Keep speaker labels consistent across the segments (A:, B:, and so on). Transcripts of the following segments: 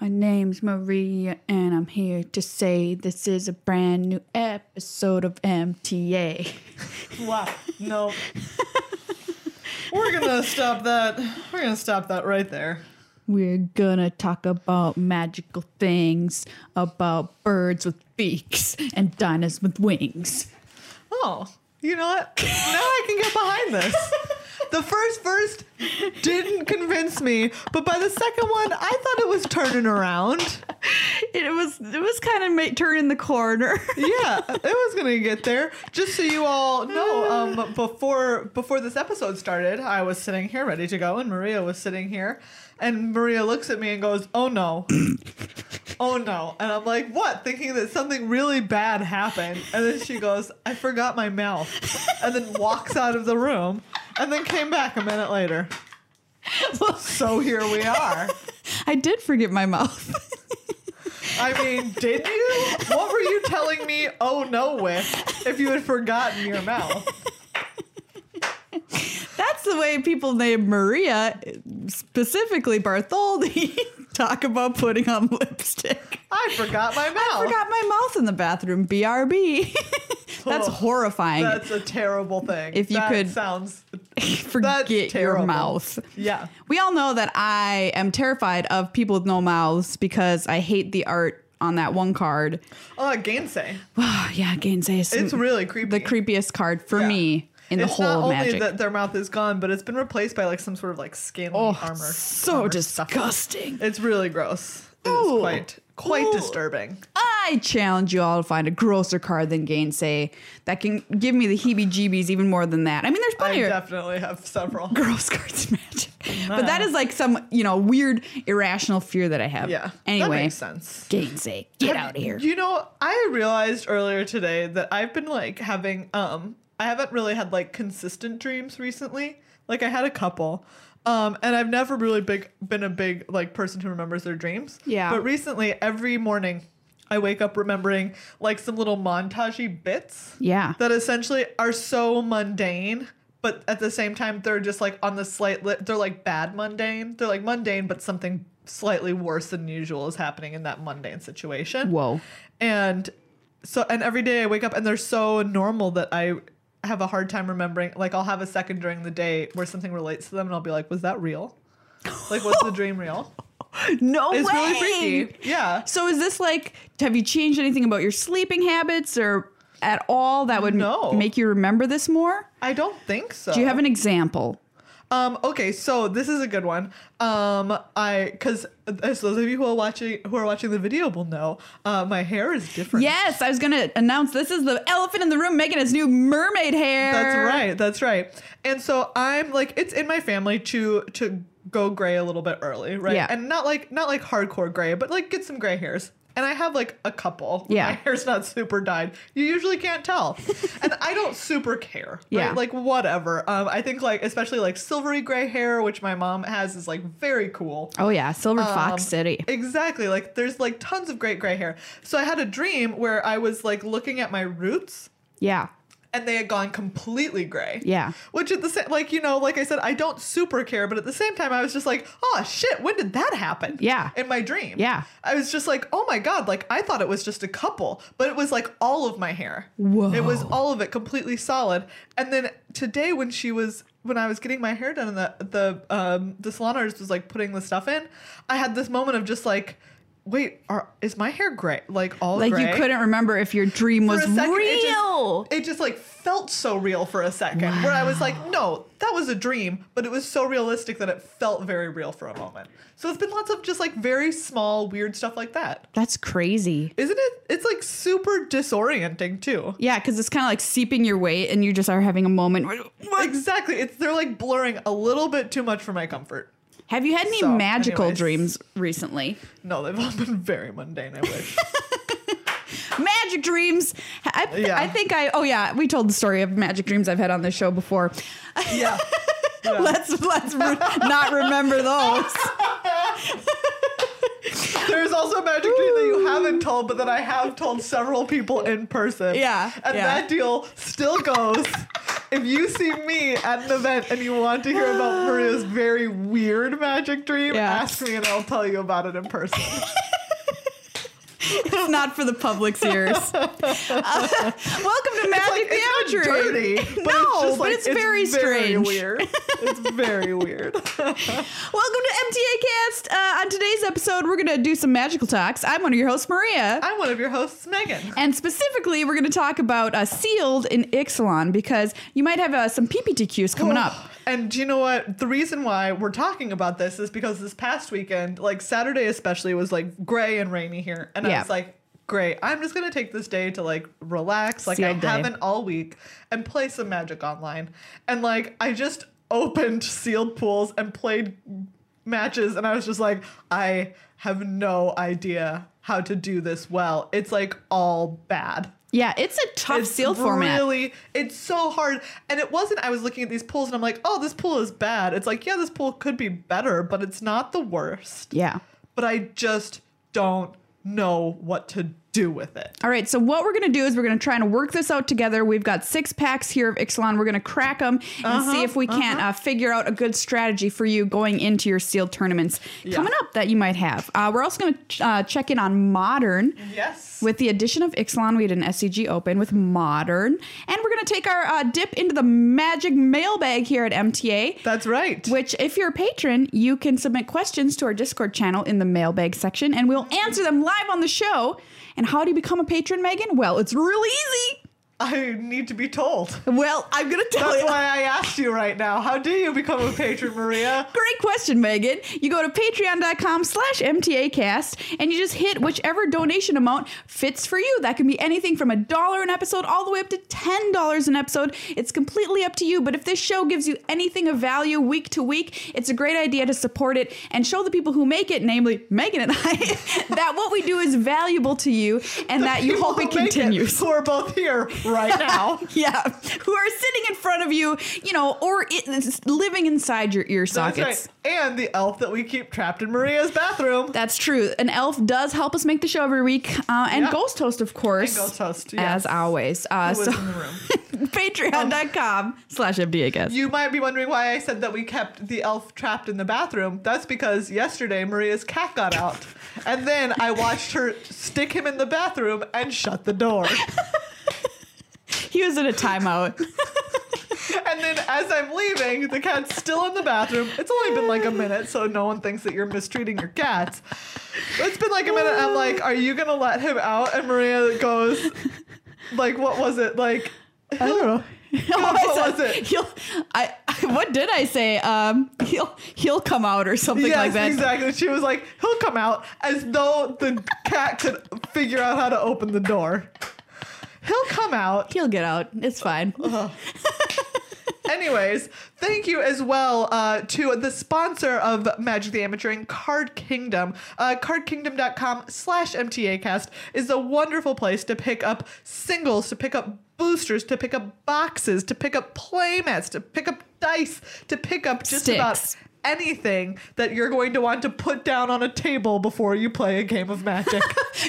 A: My name's Maria, and I'm here to say this is a brand new episode of MTA.
B: Wow. No. We're gonna stop that. We're gonna stop that right there.
A: We're gonna talk about magical things, about birds with beaks and diners with wings.
B: Oh, you know what? Now I can get behind this. The first verse didn't convince me, but by the second one, I thought it was turning around.
A: It was it was kind of ma- turning the corner.
B: Yeah, it was gonna get there. Just so you all know, um, before before this episode started, I was sitting here ready to go, and Maria was sitting here, and Maria looks at me and goes, "Oh no." Oh no. And I'm like, what? Thinking that something really bad happened. And then she goes, I forgot my mouth. And then walks out of the room and then came back a minute later.
A: Well,
B: So here we are.
A: I did forget my mouth.
B: I mean, did you? What were you telling me, oh no, with if you had forgotten your mouth?
A: That's the way people named Maria, specifically Bartholdi, talk about putting on lipstick.
B: I forgot my mouth.
A: I forgot my mouth in the bathroom. BRB. That's
B: Oh,
A: horrifying.
B: That's a terrible thing.
A: If you
B: That
A: could-
B: sounds that's
A: Forget your
B: terrible.
A: mouth.
B: yeah.
A: We all know that I am terrified of people with no mouths because I hate the art on that one card.
B: Uh, gainsay.
A: yeah, Gainsay is
B: It's really creepy.
A: Mm, the creepiest card for
B: Yeah.
A: me in the
B: it's
A: whole
B: not
A: of
B: only
A: magic.
B: that their mouth is gone, but it's been replaced by like some sort of like skin
A: oh,
B: armor.
A: so
B: armor stuff.
A: disgusting.
B: It's really gross. It's
A: Ooh.
B: quite quite
A: Ooh.
B: disturbing.
A: I challenge you all to find a grosser card than Gainsay that can give me the heebie jeebies even more than that. I mean, there's
B: I
A: plenty of
B: definitely have several.
A: gross cards in magic, but that is like some, you know, weird irrational fear that I have.
B: Yeah.
A: Anyway,
B: That makes sense.
A: Gainsay, get
B: Have-
A: out of here.
B: You know, I realized earlier today that I've been like having um I haven't really had like consistent dreams recently. Like I had a couple. Um, and I've never really big been a big like person who remembers their dreams.
A: Yeah.
B: But recently every morning I wake up remembering like some little montagey bits
A: yeah.
B: that essentially are so mundane, but at the same time they're just like on the slight li- they're like bad mundane. They're like mundane, but something slightly worse than usual is happening in that mundane situation.
A: Whoa.
B: And so and every day I wake up and they're so normal that I have a hard time remembering like I'll have a second during the day where something relates to them and I'll be like, was that real? Like was the dream real?
A: No
B: It's
A: way.
B: really freaky. Yeah.
A: So is this like have you changed anything about your sleeping habits or at all that would m-
B: No.
A: make you remember this more?
B: I don't think so.
A: Do you have an example?
B: Um, okay, so this is a good one. Um, I because as those of you who are watching who are watching the video will know, uh, my hair is different.
A: Yes, I was going to announce this is the elephant in the room making his new mermaid hair.
B: that's right, that's right. And so I'm like, it's in my family to to go gray a little bit early, right?
A: Yeah.
B: And not like not like hardcore gray, but like get some gray hairs. And I have like a couple.
A: Yeah.
B: My hair's not super dyed. You usually can't tell. and I don't super care. Right?
A: Yeah.
B: Like whatever. Um, I think like especially like silvery gray hair, which my mom has, is like very cool.
A: Oh yeah, Silver
B: Um,
A: Fox City.
B: Exactly. Like there's like tons of great gray hair. So I had a dream where I was like looking at my roots
A: Yeah.
B: and they had gone completely gray.
A: Yeah.
B: Which at the same like you know, like I said, I don't super care, but at the same time I was just like, oh shit, when did that happen?
A: Yeah.
B: In my dream.
A: Yeah.
B: I was just like, oh my god, like I thought it was just a couple, but it was like all of my hair.
A: Whoa.
B: It was all of it completely solid. And then today when she was when I was getting my hair done and the the um the salon artist was like putting the stuff in, I had this moment of just like, wait, are is my hair gray? Like all
A: Like
B: gray?
A: you couldn't remember if your dream
B: For
A: was
B: a second, it just-
A: real.
B: It just, like felt so real for a second, where I was like, no, that was a dream, but it was so realistic that it felt very real for a moment. So it's been lots of just like very small, weird stuff like that.
A: That's crazy.
B: Isn't it? It's like super disorienting too.
A: Yeah, because it's kind of like seeping your weight, and you just are having a moment. where-
B: Exactly. It's they're like blurring a little bit too much for my comfort.
A: Have you had any
B: So,
A: magical
B: anyways.
A: dreams recently?
B: No, they've all been very mundane, I wish.
A: magic dreams. I,
B: Yeah.
A: I think I. Oh yeah, we told the story of magic dreams I've had on this show before.
B: yeah. Yeah.
A: let's let's re- not remember those.
B: There's also a magic dream that you haven't told, but that I have told several people in person.
A: Yeah,
B: And
A: yeah.
B: that deal still goes. if you see me at an event and you want to hear about Maria's very weird magic dream,
A: Yeah.
B: ask me and I'll tell you about it in person.
A: It's not for the public's ears. Uh, welcome to Magic
B: it's
A: the
B: not
A: Outro.
B: dirty, but it's,
A: No, but
B: just like,
A: it's very strange.
B: weird. It's very weird.
A: Welcome to MTA Cast. Uh, on today's episode, we're going to do some magical talks. I'm one of your hosts, Maria.
B: I'm one of your hosts, Megan.
A: And specifically, we're going to talk about uh, sealed in Ixalan because you might have uh, some PPTQs coming up.
B: And do you know what? The reason why we're talking about this is because this past weekend, like Saturday especially, was like gray and rainy here. And I
A: Yeah.
B: was like, great, I'm just going to take this day to like relax. Like I
A: Sealed day.
B: haven't all week and play some magic online. And like I just opened sealed pools and played matches. And I was just like, I have no idea how to do this well. It's like all bad
A: Yeah, it's a tough sealed format.
B: really it's so hard and it wasn't i was looking at these pools and i'm like oh this pool is bad it's like yeah this pool could be better but it's not the worst
A: yeah.
B: but i just don't know what to do with it
A: All right, so what we're going to do is we're going to try and work this out together. We've got six packs here of Ixalan. We're going to crack them and see
B: Uh-huh,
A: if we can't uh, figure out a good strategy for you going into your sealed tournaments
B: Yeah.
A: coming up that you might have. Uh, we're also going to uh, check in on Modern.
B: yes
A: With the addition of Ixalan, we had an SCG open with Modern. And we're going to take our uh, dip into the magic mailbag here at MTA.
B: that's right
A: Which, if you're a patron, you can submit questions to our Discord channel in the mailbag section and we'll answer them live on the show. And how do you become a patron, Megan? Well, it's real easy.
B: i need to be told
A: Well, I'm going to tell
B: that's
A: you.
B: why i asked you right now how do you become a patron maria
A: Great question, Megan. You go to patreon.com slash MTAcast and you just hit whichever donation amount fits for you. That can be anything from a dollar an episode all the way up to $10 an episode. It's completely up to you, but if this show gives you anything of value week to week, it's a great idea to support it and show the people who make it, namely Megan and I, that what we do is valuable to you and that you
B: People
A: hope it
B: who make
A: continues.
B: who are both here right now
A: Yeah, who are sitting in front of you, you know, or it, living inside your ear
B: that's
A: sockets.
B: right and the elf that we keep trapped in maria's bathroom
A: That's true. An elf does help us make the show every week, uh, and
B: Yeah.
A: Ghost Host, of course,
B: And Ghost Host, yes.
A: as always. Uh,
B: who was
A: so
B: in the room
A: Patreon.com/slash MD, I guess.
B: You might be wondering why I said that we kept the elf trapped in the bathroom. That's because yesterday Maria's cat got out, and then I watched her stick him in the bathroom and shut the door.
A: he was in a timeout.
B: And then as I'm leaving, the cat's still in the bathroom. It's only been like a minute, so no one thinks that you're mistreating your cats. But it's been like a minute. I'm like, are you gonna let him out? And Maria goes, like, what was it? Like,
A: I don't know.
B: what
A: Oh, I
B: was it?
A: He'll, I, what did I say? Um, he'll he'll come out or something
B: yes,
A: like that.
B: exactly. She was like, he'll come out as though the cat could figure out how to open the door. He'll come out.
A: He'll get out. It's fine.
B: Anyways, thank you as well uh, to the sponsor of Magic the Amateuring, Card Kingdom. Uh, CardKingdom.com slash MTAcast is a wonderful place to pick up singles, to pick up boosters, to pick up boxes, to pick up playmats, to pick up dice, to pick up just about
A: Sticks.
B: anything that you're going to want to put down on a table before you play a game of magic.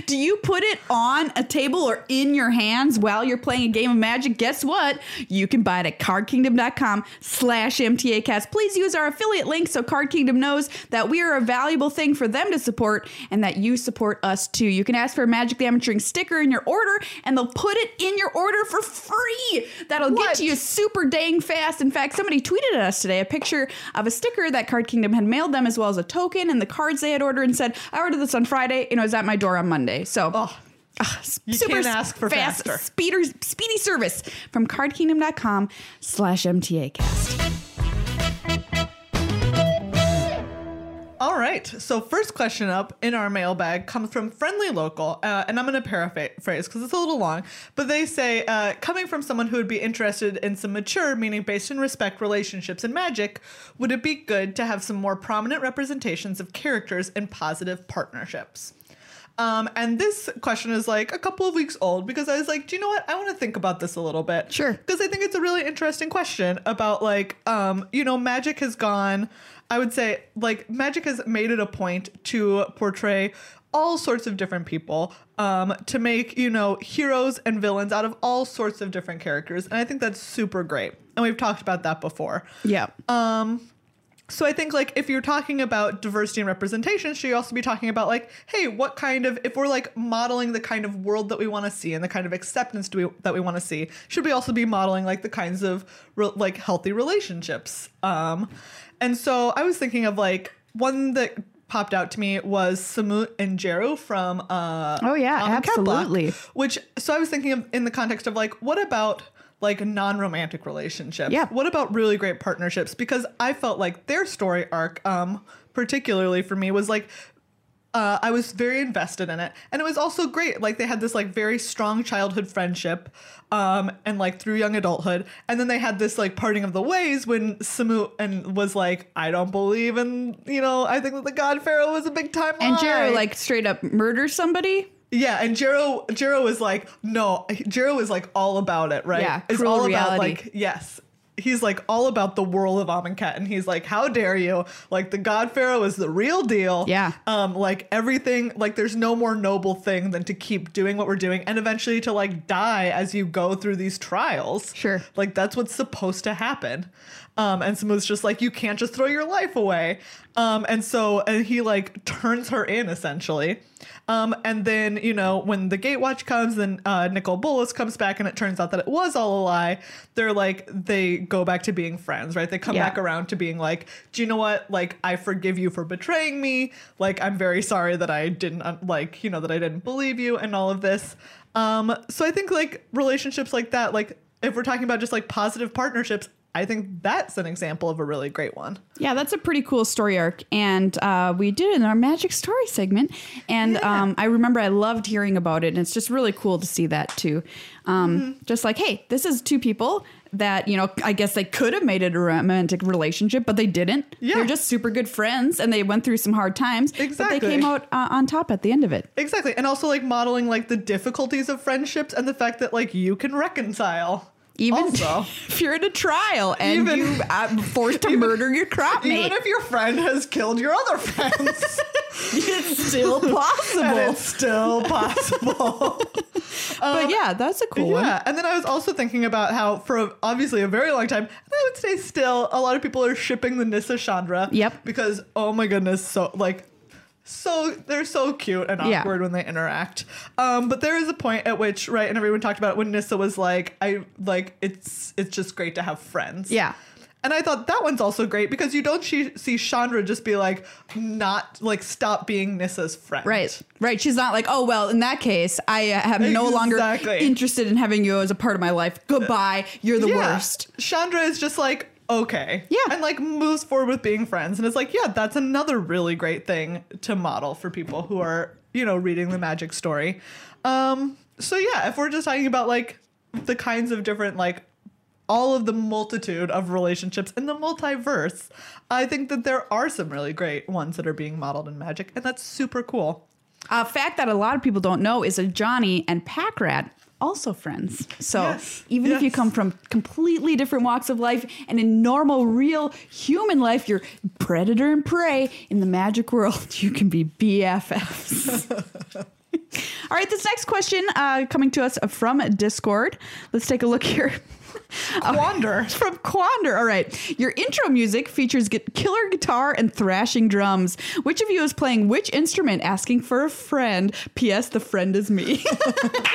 A: Do you put it on a table or in your hands while you're playing a game of magic? Guess what? You can buy it at cardkingdom.com slash MTAcast. Please use our affiliate link so Card Kingdom knows that we are a valuable thing for them to support and that you support us too. You can ask for a Magic the Amateuring sticker in your order and they'll put it in your order for free. That'll
B: What?
A: get to you super dang fast. In fact, somebody tweeted at us today a picture of a sticker that Card Kingdom had mailed them, as well as a token and the cards they had ordered, and said, "I ordered this on Friday, and it was at my door on Monday." So,
B: oh,
A: ah, s-
B: you can't ask for faster.
A: speeder, speedy service from CardKingdom.com/slash MTAcast.
B: All right. So, first question up in our mailbag comes from Friendly Local, uh, and I'm going to paraphrase because it's a little long. But they say, uh, coming from someone who would be interested in some mature, meaning based in respect, relationships and magic, would it be good to have some more prominent representations of characters in positive partnerships? Um, and this question is like a couple of weeks old because I was like, do you know what? I want to think about this a little bit.
A: Sure.
B: Because I think it's a really interesting question about like, um, you know, magic has gone, I would say, like, magic has made it a point to portray all sorts of different people, um, to make, you know, heroes and villains out of all sorts of different characters. And I think that's super great. and we've talked about that before.
A: Yeah.
B: Um, so I think like if you're talking about diversity and representation, should you also be talking about like, hey, what kind of if we're like modeling the kind of world that we want to see and the kind of acceptance do we, that we want to see, should we also be modeling like the kinds of re- like healthy relationships? Um, and so I was thinking of like one that popped out to me was Samut and Jeru from uh
A: Oh, yeah,
B: Mom and Cat Block,
A: absolutely.
B: which so I was thinking of in the context of like what about like non-romantic relationships
A: Yeah.
B: what about really great partnerships because i felt like their story arc um particularly for me was like uh, I was very invested in it, and it was also great. Like they had this like very strong childhood friendship, um, and like through young adulthood, and then they had this like parting of the ways when Samu and was like, "I don't believe in you know, I think that the God Pharaoh was a big time."
A: And Jero
B: lie."
A: like straight up murders somebody.
B: Yeah, and Jero Jero was like, no, Jero is like all about it, right?
A: Yeah,
B: it's
A: cruel
B: all
A: reality.
B: about like yes. He's like all about the world of Amonkhet, and he's like, "How dare you? Like the God Pharaoh is the real deal.
A: Yeah.
B: Um. Like everything. Like there's no more noble thing than to keep doing what we're doing, and eventually to like die as you go through these trials.
A: Sure.
B: Like that's what's supposed to happen. Um, and Samu's just like, you can't just throw your life away. Um, and so and he like turns her in essentially. Um, and then, you know, when the gatewatch comes, then uh Nicole Bullis comes back and it turns out that it was all a lie, they're like they go back to being friends, right? They come
A: Yeah.
B: back around to being like, Do you know what? Like, I forgive you for betraying me. Like, I'm very sorry that I didn't uh, like, you know, that I didn't believe you and all of this. Um, so I think like relationships like that, like if we're talking about just like positive partnerships, I think that's an example of a really great one.
A: Yeah, that's a pretty cool story arc, and uh, we did it in our magic story segment. And um, I remember I loved hearing about it, and it's just really cool to see that too. Um,
B: Mm-hmm.
A: Just like, hey, this is two people that you know. I guess they could have made it a romantic relationship, but they didn't.
B: Yeah.
A: they're just super good friends, and they went through some hard times, but they
B: Exactly.
A: came out uh, on top at the end of it.
B: Exactly. And also like modeling like the difficulties of friendships and the fact that like you can reconcile.
A: Even
B: also,
A: if you're in a trial and
B: Even-
A: you uh, forced to murder your crop mate,
B: even if your friend has killed your other friends,
A: it's still
B: and
A: possible.
B: it's still possible.
A: but yeah, that's a cool one.
B: Yeah, and then I was also thinking about how for a- obviously a very long time, and I would say still, a lot of people are shipping the Nissa Chandra.
A: Yep.
B: Because oh my goodness, so like. So they're so cute and
A: Yeah.
B: awkward when they interact. Um, but there is a point at which, right, and everyone talked about it when Nissa was like, I like it's it's just great to have friends.
A: Yeah.
B: And I thought that one's also great because you don't she- see Chandra just be like not like stop being Nissa's friend.
A: Right, right. She's not like, oh well. In that case, I am no longer
B: Exactly.
A: interested in having you as a part of my life. Goodbye. You're the
B: Yeah.
A: worst.
B: Chandra is just like, okay.
A: Yeah.
B: And like moves forward with being friends. And it's like, yeah, that's another really great thing to model for people who are, you know, reading the magic story. Um, so yeah, if we're just talking about like the kinds of different like all of the multitude of relationships in the multiverse, I think that there are some really great ones that are being modeled in magic, and that's super cool.
A: A fact that a lot of people don't know is that Johnny and Packrat also friends. So
B: Yes,
A: even if you
B: yes.
A: come from completely different walks of life, and in normal, real human life, you're predator and prey. In the magic world, you can be BFFs. All right, this next question uh, coming to us from Discord. Let's take a look here.
B: Wander.
A: from Quander. All right. Your intro music features gu- killer guitar and thrashing drums. Which of you is playing which instrument asking for a friend? P.S. The friend is me.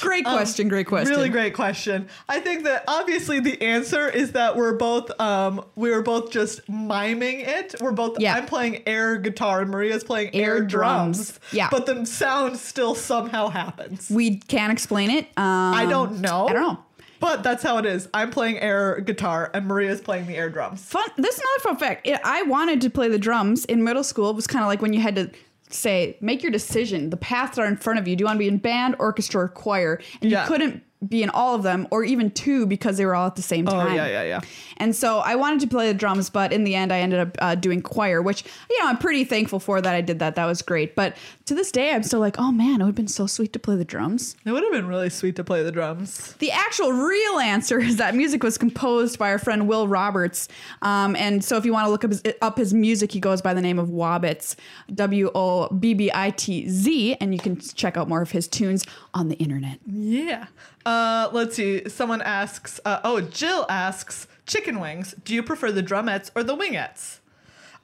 A: great question. great question.
B: Um, Really great question. I think that obviously the answer is that we're both um we were both just miming it. We're both
A: Yeah.
B: I'm playing air guitar and Maria's playing
A: Air
B: air,
A: drums.
B: drums.
A: Yeah.
B: But the sound still somehow happens.
A: We can't explain it. Um,
B: I don't know.
A: I don't know.
B: But that's how it is. I'm playing air guitar and Maria's playing the air drums.
A: Fun. This is another fun fact. It, I wanted to play the drums in middle school. It was kind of like when you had to say, make your decision, the paths that are in front of you. Do you want to be in band, orchestra, or choir? And
B: Yeah.
A: you couldn't be in all of them or even two because they were all at the same time.
B: Oh, yeah, yeah, yeah.
A: And so I wanted to play the drums, but in the end, I ended up uh, doing choir, which, you know, I'm pretty thankful for that I did that. That was great. But to this day, I'm still like, oh man, it would have been so sweet to play the drums.
B: It would have been really sweet to play the drums.
A: The actual real answer is that music was composed by our friend Will Roberts. Um, and so if you want to look up his, up his music, he goes by the name of Wobbits, W O B B I T Z, and you can check out more of his tunes on the internet.
B: Yeah. Uh, let's see. Someone asks, uh, oh, Jill asks, chicken wings, do you prefer the drumettes or the wingettes?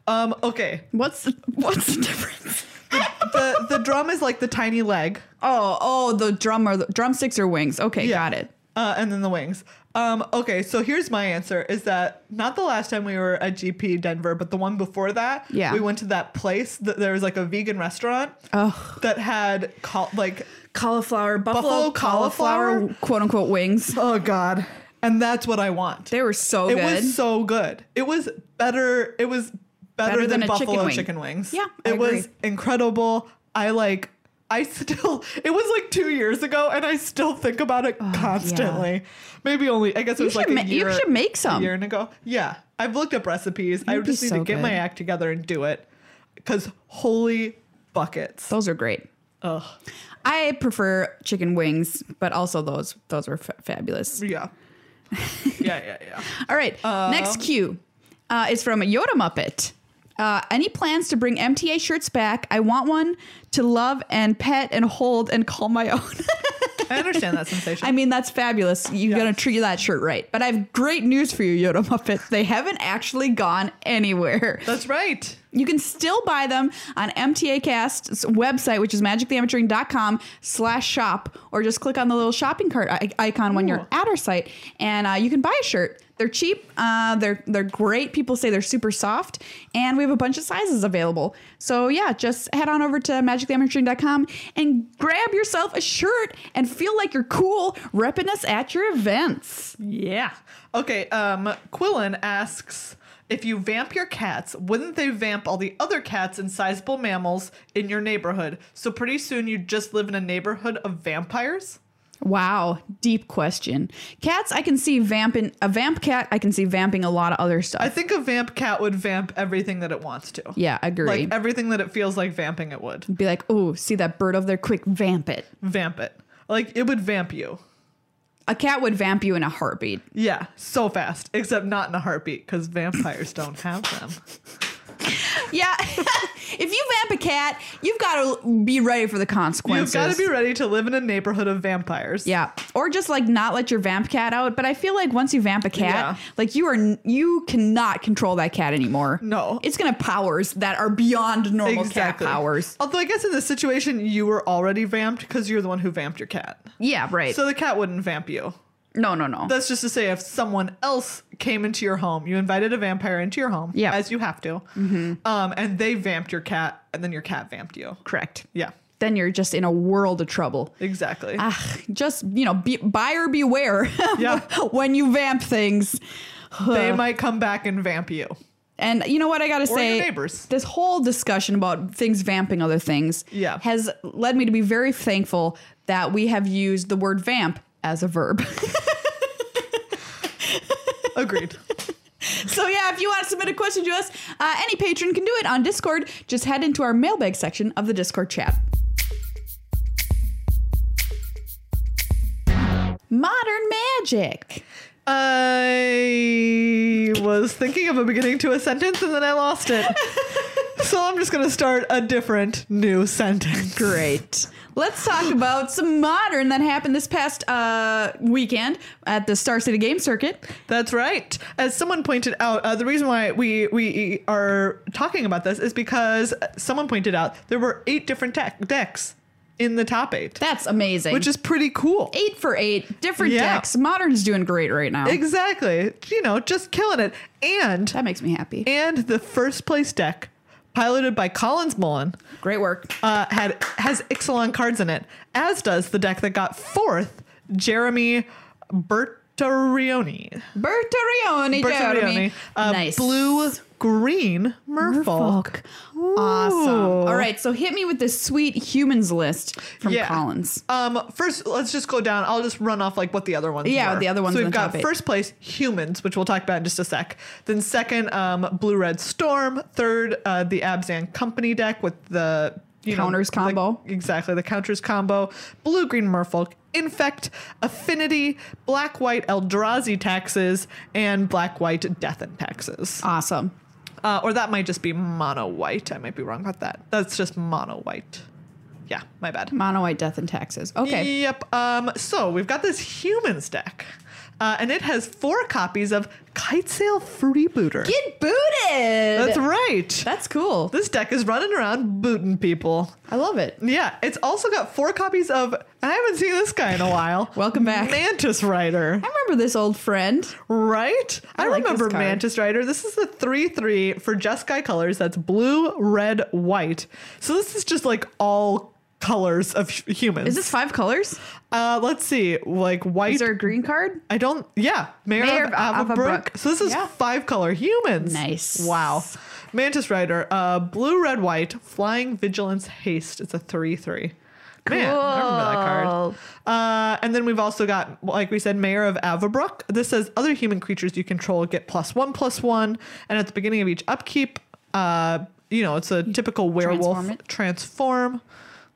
B: Um, okay.
A: What's the, what's the difference?
B: The, the drum is like the tiny leg.
A: Oh, oh, the drum or the drumsticks or wings. Okay, got it.
B: Uh, and then the wings. Um, okay, so here's my answer is that not the last time we were at GP Denver, but the one before that,
A: Yeah.
B: we went to that place that there was like a vegan restaurant
A: Ugh.
B: that had col- like
A: Cauliflower, buffalo,
B: Buffalo
A: cauliflower,
B: cauliflower?
A: quote unquote wings.
B: oh god, and that's what I want.
A: They were so
B: it
A: good.
B: was so good. It was better. It was better,
A: Better
B: than,
A: than a chicken
B: buffalo chicken,
A: wing.
B: wings.
A: Yeah, I
B: it was
A: agree.
B: incredible. I like. I still. It was like two years ago, and I still think about it constantly. Maybe only. I guess
A: Oh,
B: it
A: You
B: was like
A: should
B: a
A: ma- you
B: year.
A: should make
B: A
A: some.
B: year ago. Yeah, I've looked up recipes. I
A: It'd be
B: just need
A: so
B: to get my
A: good.
B: act together and do it. Cause holy buckets.
A: those are great.
B: Ugh.
A: I prefer chicken wings, but also those those were fa- fabulous.
B: Yeah. yeah. Yeah. Yeah.
A: All right, next cue uh, is from Yoda Muppet. Uh, any plans to bring MTA shirts back? I want one to love and pet and hold and call my own.
B: I understand that sensation.
A: I mean, that's fabulous. You're gonna treat that shirt right. But I have great news for you, Yoda Muppet. They haven't actually gone anywhere.
B: That's right.
A: You can still buy them on MTA Cast's website, which is magictheamateuring.com slash shop, or just click on the little shopping cart I- icon when
B: Ooh.
A: you're at our site, and uh, you can buy a shirt. They're cheap. Uh, they're they're great. People say they're super soft, and we have a bunch of sizes available. So yeah, just head on over to magictheamateuring.com and grab yourself a shirt and feel like you're cool repping us at your events.
B: Yeah. Okay, um, Quillen asks if you vamp your cats, wouldn't they vamp all the other cats and sizable mammals in your neighborhood? So pretty soon you just live in a neighborhood of vampires?
A: Wow, deep question. Cats, I can see vamping a vamp cat. I can see vamping a lot of other stuff.
B: I think a vamp cat would vamp everything that it wants to.
A: Yeah, agree.
B: Like everything that it feels like vamping it would.
A: be like, oh, see that bird over there? Quick, vamp it.
B: Vamp it. Like it would vamp you.
A: A cat would vamp you in a heartbeat.
B: Yeah, so fast. Except not in a heartbeat, because vampires don't have them.
A: Yeah. if you vamp a cat, you've got to be ready for the
B: You've
A: consequences.
B: got to be ready to live in a neighborhood of vampires.
A: Yeah. Or just like not let your vamp cat out. But I feel like once you vamp a cat,
B: Yeah.
A: like you are, n- you cannot control that cat anymore.
B: No.
A: It's going to powers that are beyond normal cat powers.
B: Although I guess in this situation you were already vamped because you're the one who vamped your cat.
A: Yeah, right.
B: So the cat wouldn't vamp you.
A: no, no, no.
B: That's just to say if someone else came into your home, you invited a vampire into your home,
A: Yeah. Mm-hmm.
B: as you have to, um, and they vamped your cat, and then your cat vamped you.
A: Correct.
B: Yeah,
A: Then you're just in a world of trouble.
B: exactly.
A: Ah, just, you know, be, buyer beware
B: Yeah.
A: when you vamp things. Uh-huh.
B: they might come back and vamp you.
A: And you know what I gotta
B: Or
A: say?
B: your neighbors.
A: This whole discussion about things vamping other things
B: Yeah.
A: has led me to be very thankful that we have used the word vamp as a verb.
B: Agreed.
A: so yeah, if you want to submit a question to us, uh, any patron can do it on Discord. Just head into our mailbag section of the Discord chat. Modern magic.
B: I was thinking of a beginning to a sentence and then I lost it. so I'm just going to start a different new sentence.
A: Great. Let's talk about some modern that happened this past uh, weekend at the Star City Game Circuit.
B: That's right. As someone pointed out, uh, the reason why we we are talking about this is because someone pointed out there were eight different tech decks in the top eight,
A: That's amazing.
B: which is pretty cool.
A: eight for eight, different
B: Yeah.
A: decks. Modern's doing great right now.
B: Exactly. You know, just killing it. And
A: that makes me happy.
B: and the first place deck, piloted by Collins Mullen,
A: Great work.
B: uh, had has Ixalan cards in it, as does the deck that got fourth, Jeremy Bertarioni.
A: Bertarioni, Jeremy.
B: Bertarioni. Uh,
A: nice.
B: Blue green
A: Merfolk.
B: merfolk.
A: Awesome.
B: Ooh.
A: All right, so hit me with this sweet humans list from
B: Yeah.
A: Collins.
B: Um, first, let's just go down. I'll just run off like what the other ones.
A: Yeah,
B: were.
A: the other ones
B: So
A: in
B: we've
A: the
B: got
A: top eight.
B: first place humans, which we'll talk about in just a sec. Then second, um, blue red storm. Third, uh, the Abzan company deck with the you know,
A: Counters
B: the-
A: combo.
B: exactly, the counters combo. Blue green merfolk. Infect, affinity, black white Eldrazi taxes, and black white death and taxes.
A: Awesome.
B: Uh, or that might just be mono white. I might be wrong about that. That's just mono white. Yeah, my bad.
A: Mono white death and taxes. Okay.
B: Yep. Um, so we've got this humans deck, uh, and it has four copies of Kite Sail Freebooter.
A: Get booted. That's,
B: That's right.
A: cool.
B: This deck is running around booting people.
A: I love it.
B: Yeah, it's also got four copies of. I haven't seen this guy in a while.
A: Welcome back.
B: Mantis Rider.
A: I remember this old friend.
B: Right? I,
A: I like this
B: remember
A: card.
B: Mantis Rider. This is a 3 3 for Jeskai colors. That's blue, red, white. So this is just like all colors of hu- humans.
A: Is this five colors?
B: Uh, let's see. Like white.
A: Is there a green card?
B: I don't. Yeah. Mayor,
A: Mayor
B: of
A: of
B: Avabrook.
A: Avabrook.
B: So this is
A: Yeah.
B: five color humans.
A: Nice.
B: Wow. Mantis Rider. Uh, blue, red, white. Flying Vigilance Haste. It's a 3 3. Man, I remember that card.
A: Cool.
B: Uh, and then we've also got, like we said, Mayor of Avabrook. This says other human creatures you control get plus one, plus one. And at the beginning of each upkeep, uh, you know, it's a typical werewolf
A: transform it.
B: transform.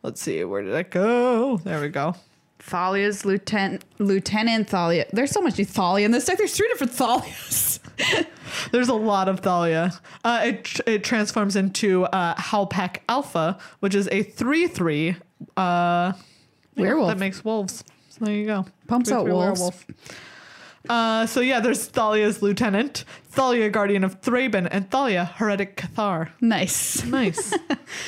B: Let's see, where did it go? There we go.
A: Thalia's lieutenant, lieutenant Thalia. There's so much Thalia in this deck. There's three different Thalias.
B: There's a lot of Thalia. Uh, it, tr- it transforms into uh, Halpak Alpha, which is a 3 3 uh,
A: Werewolf.
B: that makes wolves. So there you go.
A: Pumps out
B: 3-3
A: wolves.
B: Uh, so yeah, there's Thalia's lieutenant, Thalia, guardian of Thraben, and Thalia, heretic Cathar.
A: nice.
B: Nice,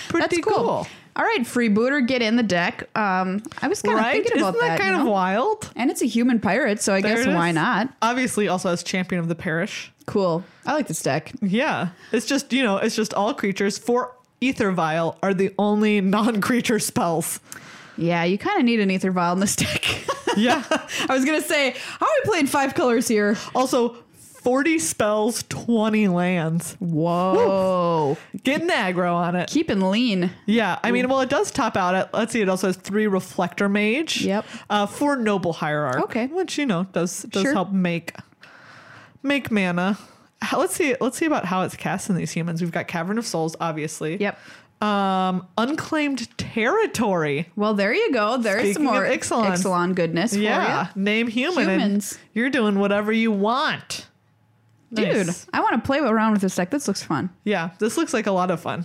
B: pretty
A: That's cool. All right, freebooter, get in the deck. Um, I was kind of
B: right?
A: thinking
B: Isn't
A: about
B: that,
A: that.
B: kind
A: you
B: of
A: know?
B: wild?
A: and it's a human pirate, so I
B: There
A: guess
B: it
A: why
B: is.
A: not?
B: Obviously, also as champion of the parish.
A: Cool. I like this deck.
B: Yeah, it's just you know, it's just all creatures. Four ether vial are the only non-creature spells.
A: Yeah, you kind of need an ether vial in this deck.
B: Yeah.
A: I was gonna say, how are we playing five colors here?
B: also, forty spells, twenty lands.
A: Whoa,
B: Getting aggro on it.
A: keeping lean.
B: Yeah, I mean, well, it does top out at. Let's see, it also has three reflector mage.
A: Yep.
B: Uh, four noble hierarch.
A: Okay.
B: which you know does does
A: Sure.
B: help make make mana. How- Let's see. Let's see about how it's cast in these humans. We've got Cavern of Souls, obviously.
A: Yep.
B: Um, unclaimed territory.
A: Well, there you go. There's some
B: Speaking of
A: more
B: Ixalan.
A: Ixalan goodness
B: yeah, name human. and
A: Humans.
B: You're doing whatever you want,
A: for you, dude.
B: Nice.
A: I want to play around with this deck. This looks fun.
B: Yeah, this looks like a lot of fun.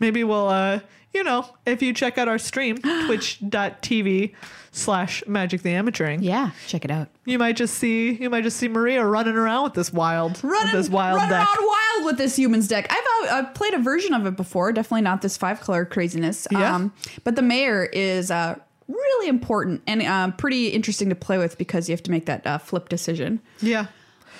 B: Maybe we'll, uh, you know, if you check out our stream, twitch.tv slash magic the amateuring,
A: Yeah, check it out.
B: you might just see, you might just see Maria running around with this wild,
A: Running,
B: this wild
A: running
B: deck.
A: around wild with this humans deck. I've, uh, I've played a version of it before. Definitely not this five color craziness. Um,
B: Yeah.
A: but the mayor is uh, really important and uh, pretty interesting to play with because you have to make that uh, flip decision.
B: Yeah.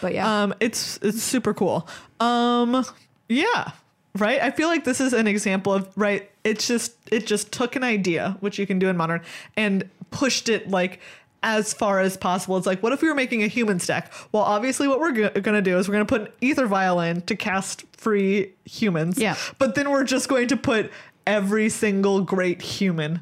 A: But yeah,
B: Um, it's, it's super cool. Um, yeah. Right. I feel like this is an example of, right. It's just, it just took an idea, which you can do in modern and pushed it like, as far as possible. It's like, what if we were making a human stack? Well, obviously, what we're go- going to do is we're going to put an ether vial in to cast free humans.
A: Yeah.
B: But then we're just going to put every single great human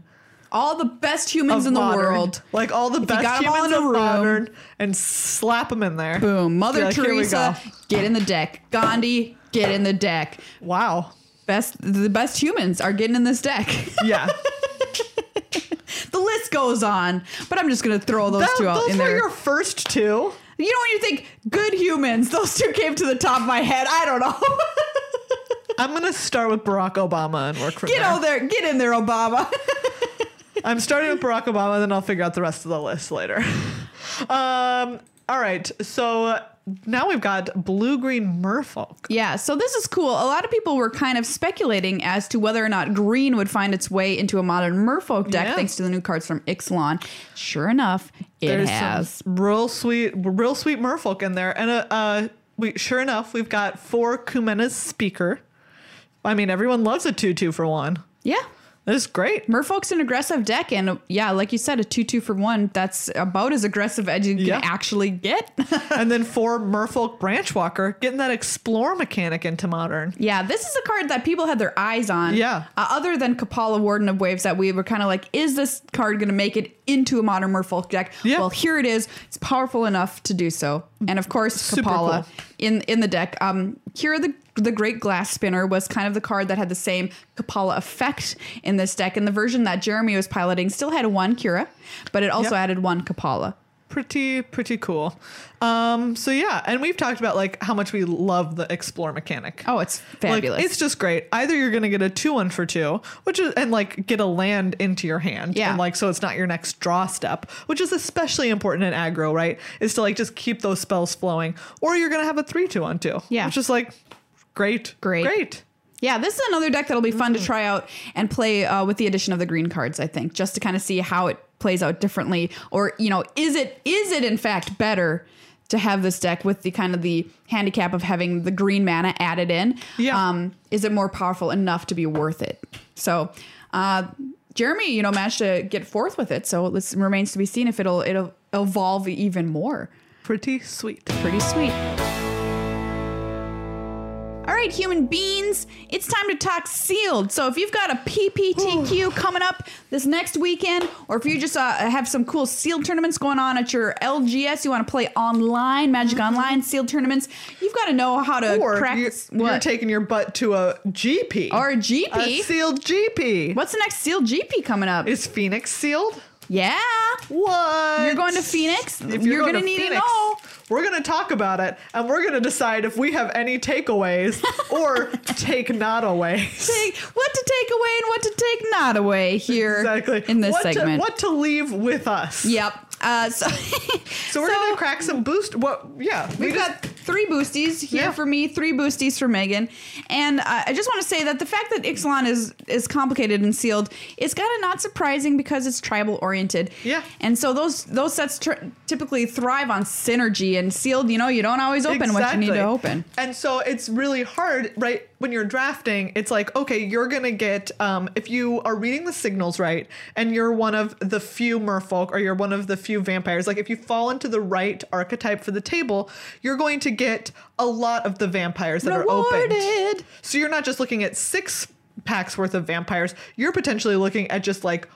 A: all the best humans
B: of
A: in the
B: modern.
A: world.
B: Like all the best
A: got 'em all
B: humans
A: in a
B: of
A: room-
B: modern and slap them in there.
A: Boom. Mother
B: Be like, "Here we
A: Teresa,
B: go."
A: get in the deck. Gandhi, get in the deck.
B: Wow.
A: Best the best humans are getting in this deck.
B: Yeah.
A: the list goes on, but I'm just gonna throw those
B: That-
A: two out
B: those
A: in
B: were
A: there.
B: your first two.
A: you know when you think good humans, those two came to the top of my head. I don't know.
B: I'm gonna start with Barack Obama and work from
A: get
B: there.
A: out there, get in there, Obama.
B: I'm starting with Barack Obama, then I'll figure out the rest of the list later. Um, all right, so uh, now we've got blue green merfolk.
A: Yeah, so this is cool. A lot of people were kind of speculating as to whether or not green would find its way into a modern merfolk deck
B: Yeah.
A: thanks to the new cards from Ixalan. Sure enough, it has.
B: some real sweet, real sweet merfolk in there, and uh, uh, we sure enough we've got four Kumena's speaker. I mean, everyone loves a two-two for one.
A: Yeah.
B: This is great.
A: Merfolk's an aggressive deck, and yeah, like you said, a two-two for one. That's about as aggressive as you
B: Yeah.
A: can actually get.
B: and then four merfolk branchwalker, getting that explore mechanic into modern.
A: yeah, this is a card that people had their eyes on.
B: Yeah.
A: uh, other than Kapala Warden of Waves, that we were kind of like, is this card going to make it into a modern Merfolk deck?
B: Yeah.
A: Well, here it is. It's powerful enough to do so, and of course,
B: Super
A: Kapala
B: cool.
A: in in the deck. Um, Kira the the Great Glass Spinner was kind of the card that had the same Kapala effect in this deck, and the version that Jeremy was piloting still had one Kira, but it also
B: Yep.
A: added one Kapala.
B: pretty pretty cool. Um, so yeah, and we've talked about like how much we love the explore mechanic.
A: Oh, it's
B: Like,
A: fabulous.
B: it's just great. Either you're gonna get a two one for two, which is and like get a land into your hand.
A: Yeah.
B: And like so it's not your next draw step, which is especially important in aggro, right? Is to like just keep those spells flowing. Or you're gonna have a three two on two.
A: Yeah.
B: Which is like great.
A: Great.
B: Great.
A: yeah, this is another deck that'll be fun to try out and play uh, with the addition of the green cards. I think just to kind of see how it plays out differently, or you know, is it is it in fact better to have this deck with the kind of the handicap of having the green mana added in?
B: Yeah.
A: um, is it more powerful enough to be worth it? So. Uh, Jeremy, you know, managed to get fourth with it, so it remains to be seen if it'll it'll evolve even more.
B: Pretty sweet.
A: Pretty sweet. All right, human beings, it's time to talk sealed. So if you've got a PPTQ coming up this next weekend, or if you just uh, have some cool sealed tournaments going on at your LGS, you want to play online, Magic Online sealed tournaments, you've got to know how to
B: Mm-hmm. Or you're,
A: practice
B: you're
A: what
B: taking your butt to a GP.
A: or a GP.
B: A sealed GP.
A: What's the next sealed GP coming up?
B: Is Phoenix sealed?
A: yeah,
B: What?
A: You're going to Phoenix?
B: If
A: You're
B: going
A: gonna
B: to
A: need to
B: Phoenix,
A: know.
B: We're going to talk about it and we're going to decide if we have any takeaways or take not aways.
A: Take- what to take away and what to take not away here
B: Exactly.
A: in this
B: what
A: segment.
B: To, what to leave with us.
A: Yep. Uh, so,
B: So we're going to crack some boost. What? Yeah. we
A: We've
B: just-
A: got three boosties here
B: Yeah.
A: for me, three boosties for Megan, and uh, I just want to say that the fact that Ixalan is is complicated and sealed is kind of not surprising because it's tribal oriented.
B: Yeah.
A: and so those those sets tr- typically thrive on synergy and sealed. You know, you don't always open what you need to
B: Exactly.
A: open.
B: And so it's really hard, right? When you're drafting, it's like, okay, you're going to get, um, if you are reading the signals right, and you're one of the few merfolk or you're one of the few vampires, like if you fall into the right archetype for the table, you're going to get a lot of the vampires that are open.
A: Rewarded.
B: So you're not just looking at six packs worth of vampires, you're potentially looking at just like,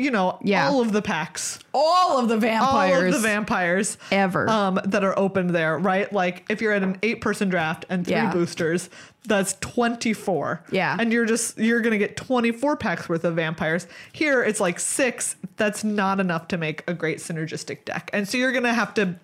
B: you know,
A: Yeah.
B: all of the packs
A: All of the vampires.
B: all of the vampires
A: Ever.
B: um, that are opened there, right? Like if you're at an eight-person draft and three
A: Yeah.
B: boosters, that's twenty-four.
A: Yeah.
B: and you're just you're gonna get twenty-four packs worth of vampires. Here it's like six. That's not enough to make a great synergistic deck, and so you're gonna have to.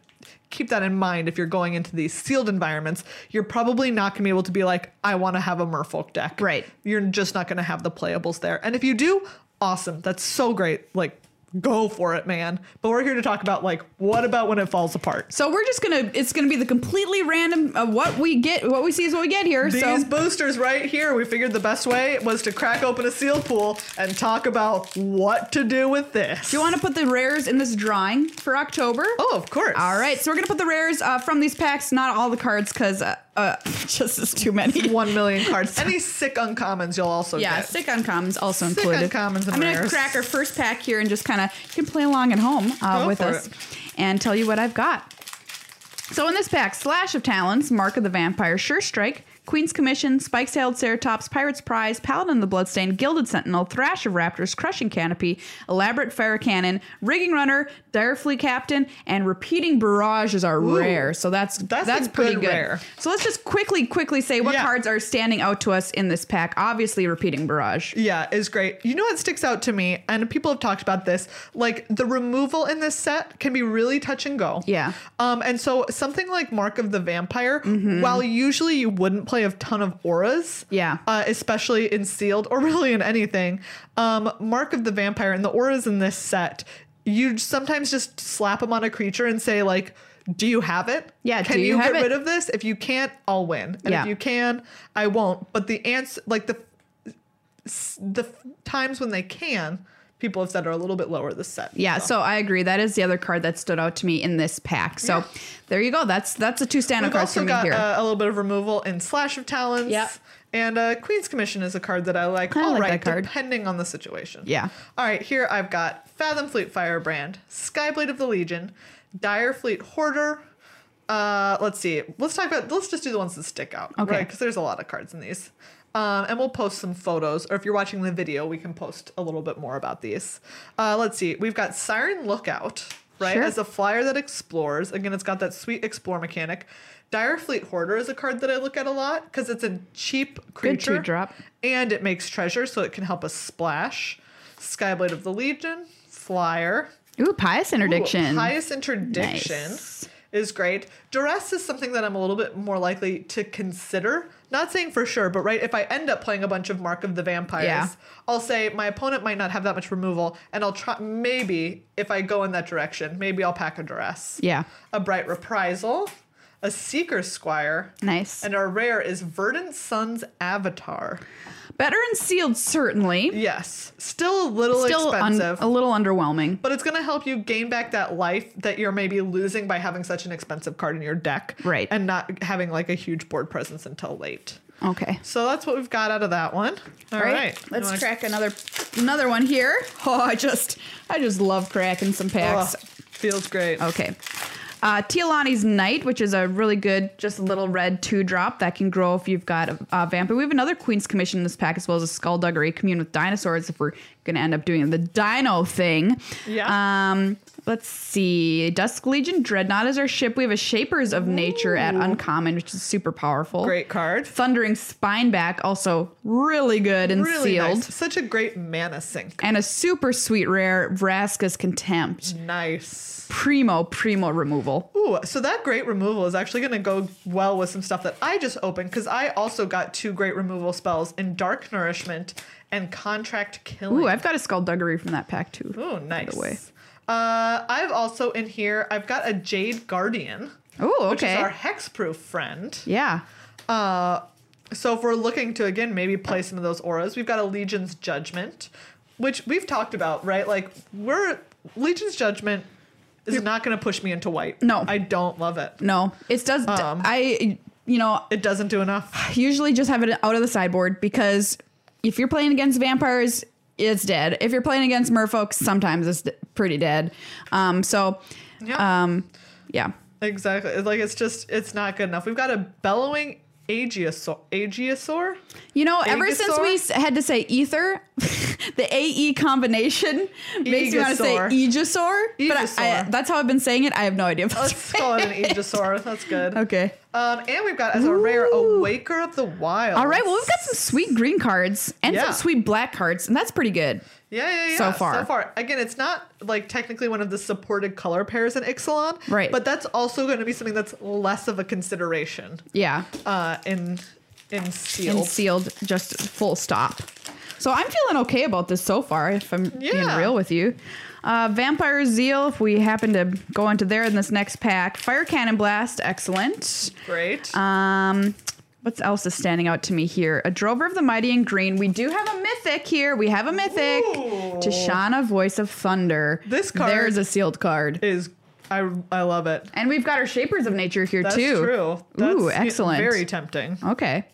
B: Keep that in mind if you're going into these sealed environments. You're probably not going to be able to be like, I want to have a merfolk deck.
A: Right.
B: You're just not going to have the playables there. And if you do, awesome. That's so great. Like, go for it, man. But we're here to talk about, like, what about when it falls apart?
A: so we're just gonna it's gonna be the completely random of what we get what we see is what we get here.
B: These
A: so
B: boosters right here, we figured the best way was to crack open a seal pool and talk about what to do with this.
A: do you want to put the rares in this drawing for October?
B: Oh, of course.
A: All right, so we're gonna put the rares uh, from these packs, not all the cards, because uh, uh, just is too many.
B: One million cards. Any sick uncommons you'll also
A: Yeah,
B: get.
A: sick uncommons also
B: Sick
A: included.
B: uncommons and
A: I'm gonna
B: rares.
A: crack our first pack here and just kind of you can play along at home uh,
B: Go
A: with
B: for
A: us
B: it.
A: and tell you what I've got. So in this pack, Slash of Talons, Mark of the Vampire, Sure Strike, Queen's Commission, Spike's Hailed Ceratops, Pirate's Prize, Paladin of the Bloodstained, Gilded Sentinel, Thrash of Raptors, Crushing Canopy, Elaborate Fire Cannon, Rigging Runner, Dire Fleet Captain, and Repeating Barrage is our rare. So that's that's,
B: That's a
A: pretty
B: good
A: good.
B: rare.
A: So let's just quickly, quickly say what
B: Yeah.
A: cards are standing out to us in this pack. Obviously, Repeating Barrage.
B: Yeah, is great. You know what sticks out to me, and people have talked about this, like the removal in this set can be really touch and go.
A: Yeah.
B: Um, and so something like Mark of the Vampire, while usually you wouldn't play a ton of auras,
A: Mm-hmm. Yeah.
B: uh, especially in sealed or really in anything, um, Mark of the Vampire and the auras in this set, you sometimes just slap them on a creature and say like. Do you have it?
A: Yeah,
B: Can
A: do you have
B: get
A: it?
B: rid of this? If you can't, I'll win. And
A: Yeah.
B: if you can, I won't. But the answer, like the s- the f- times when they can, people have said are a little bit lower this set.
A: Yeah, so I agree. That is the other card that stood out to me in this pack. So there you go. That's that's a two standout
B: We've
A: cards for
B: also
A: me
B: got
A: here.
B: uh, a little bit of removal in Slash of Talons.
A: Yep.
B: And uh, Queen's Commission is a card that I like.
A: I
B: All
A: like
B: right,
A: that card.
B: depending on the situation.
A: Yeah.
B: All right, here I've got Fathom Fleet Firebrand, Skyblade of the Legion, Dire Fleet Hoarder. Uh, let's see. Let's talk about. Let's just do the ones that stick out.
A: Okay.
B: Because there's a lot of cards in these. Um, and we'll post some photos, or if you're watching the video, we can post a little bit more about these. Uh, let's see. We've got Siren Lookout, right?
A: Sure.
B: As a flyer that explores. Again, it's got that sweet explore mechanic. Dire Fleet Hoarder is a card that I look at a lot because it's a cheap creature.
A: two-drop.
B: And it makes treasure, so it can help us splash. Skyblade of the Legion, Flyer,
A: Ooh, pious interdiction.
B: Ooh, pious interdiction
A: Nice.
B: is great. Duress is something that I'm a little bit more likely to consider. Not saying for sure, but right, if I end up playing a bunch of Mark of the Vampires,
A: Yeah.
B: I'll say my opponent might not have that much removal, and I'll try maybe if I go in that direction, maybe I'll pack a duress.
A: Yeah.
B: A bright reprisal, a seeker squire,
A: Nice.
B: and our rare is Verdant Sun's Avatar.
A: Better and sealed, certainly.
B: Yes. Still a little
A: Still un-
B: expensive.
A: a little underwhelming.
B: but it's going to help you gain back that life that you're maybe losing by having such an expensive card in your deck
A: Right.
B: and not having like a huge board presence until late
A: Okay.
B: so that's what we've got out of that one
A: All right, let's crack another another one here. Oh, I just I just love cracking some packs.
B: Oh, feels great
A: Okay. Uh, Tialani's Knight, which is a really good, just little red two drop that can grow if you've got a, a vampire. We have another Queen's Commission in this pack, as well as a Skullduggery Commune with Dinosaurs if we're going to end up doing the dino thing.
B: Yeah.
A: Um, let's see. Dusk Legion Dreadnought is our ship. We have a Shapers of Nature at Uncommon, which is super powerful.
B: great card
A: Thundering Spineback, also really good and
B: really
A: sealed
B: nice such a great mana sink
A: and a super sweet rare Vraska's Contempt.
B: nice
A: Primo, primo removal.
B: Ooh, so that great removal is actually going to go well with some stuff that I just opened because I also got two great removal spells in Dark Nourishment and Contract Killing.
A: Ooh, I've got a skullduggery from that pack too.
B: Oh, nice.
A: way.
B: Uh, I've also in here. I've got a Jade Guardian,
A: Oh,
B: which is
A: okay.
B: our hexproof friend.
A: yeah.
B: Uh, so if we're looking to again maybe play some of those auras, we've got a Legion's Judgment, which we've talked about, right? Like we're Legion's Judgment is not going to push me into white.
A: No.
B: I don't love it.
A: No, it does.
B: Um,
A: I, you know,
B: It doesn't do enough.
A: usually just have it out of the sideboard because if you're playing against vampires, it's dead. If you're playing against merfolk, sometimes it's d- pretty dead. Um, so,
B: Yeah,
A: um, yeah.
B: exactly. It's Like it's just it's not good enough. We've got a bellowing Aegiasaur. Aegiasaur.
A: You know, ever since we s-
B: Aegisaur?
A: had to say ether, the AE combination makes me want to say Aegisaur. But I, I,
B: Aegisaur.
A: that's how I've been saying it. I have no idea. if
B: Let's
A: that's
B: call it an Aegisaur. That's good.
A: Okay.
B: Um, and we've got as a rare a
A: Ooh.
B: Waker of the Wild.
A: All right. Well, we've got some sweet green cards and
B: Yeah.
A: some sweet black cards, and that's pretty good.
B: yeah, yeah, yeah.
A: so far.
B: so far. Again, it's not like technically one of the supported color pairs in Ixalan,
A: Right.
B: But that's also going to be something that's less of a consideration
A: Yeah.
B: uh, in in sealed.
A: And sealed, just full stop. So I'm feeling okay about this so far, if I'm being
B: Yeah.
A: real with you. Uh, Vampire Zeal, if we happen to go into there in this next pack. Fire Cannon Blast, excellent.
B: Great.
A: Um, what's else is standing out to me here? A Drover of the Mighty in green. We do have a mythic here. We have a mythic.
B: Ooh.
A: Tashana, Voice of Thunder.
B: This card-
A: There's a sealed card.
B: is I I love it.
A: And we've got our Shapers of Nature here
B: That's
A: too.
B: true. That's
A: Ooh, excellent.
B: Very tempting.
A: Okay.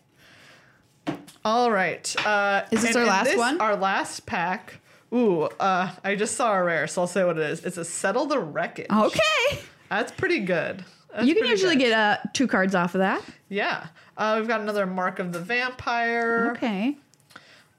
B: All right. Uh,
A: Is this
B: and
A: our
B: in
A: last one?
B: Our last pack. Ooh, uh, I just saw a rare, so I'll say what it is. It's a settle the wreckage.
A: Okay.
B: That's pretty good. That's
A: Oh. you can
B: pretty
A: usually
B: good.
A: get uh, two cards off of that.
B: Yeah. Uh, we've got another Mark of the Vampire.
A: Okay.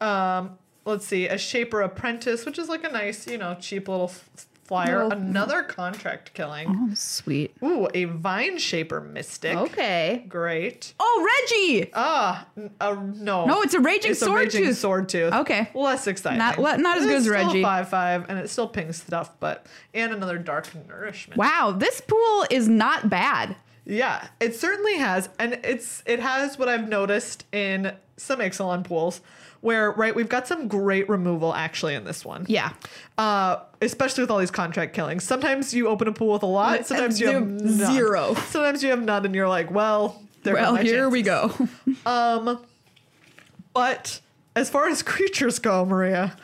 B: Um, let's see. A Shaper Apprentice, which is like a nice, you know, cheap little f- flyer.
A: Little-
B: Another contract killing.
A: Oh, sweet.
B: Ooh, a Vine Shaper Mystic.
A: Okay.
B: Great.
A: Oh, Reggie.
B: Ah, n- uh, no.
A: No, it's a raging
B: It's a
A: sword
B: raging
A: tooth.
B: sword tooth.
A: Okay.
B: Less exciting.
A: Not- le- not as
B: It's
A: good as
B: still
A: Reggie.
B: Five five, and it still pings stuff, but and another dark nourishment.
A: Wow, this pool is not bad.
B: Yeah, it certainly has, and it's it has what I've noticed in some Ixalan pools, where right we've got some great removal actually in this one.
A: Yeah.
B: Uh, especially with all these contract killings. Sometimes you open a pool with a lot.
A: Uh,
B: Sometimes you
A: zero-
B: have none.
A: zero.
B: Sometimes you have none, and you're like, well, there go
A: well,
B: my
A: here we
B: chances.
A: go.
B: Um, but as far as creatures go, Maria,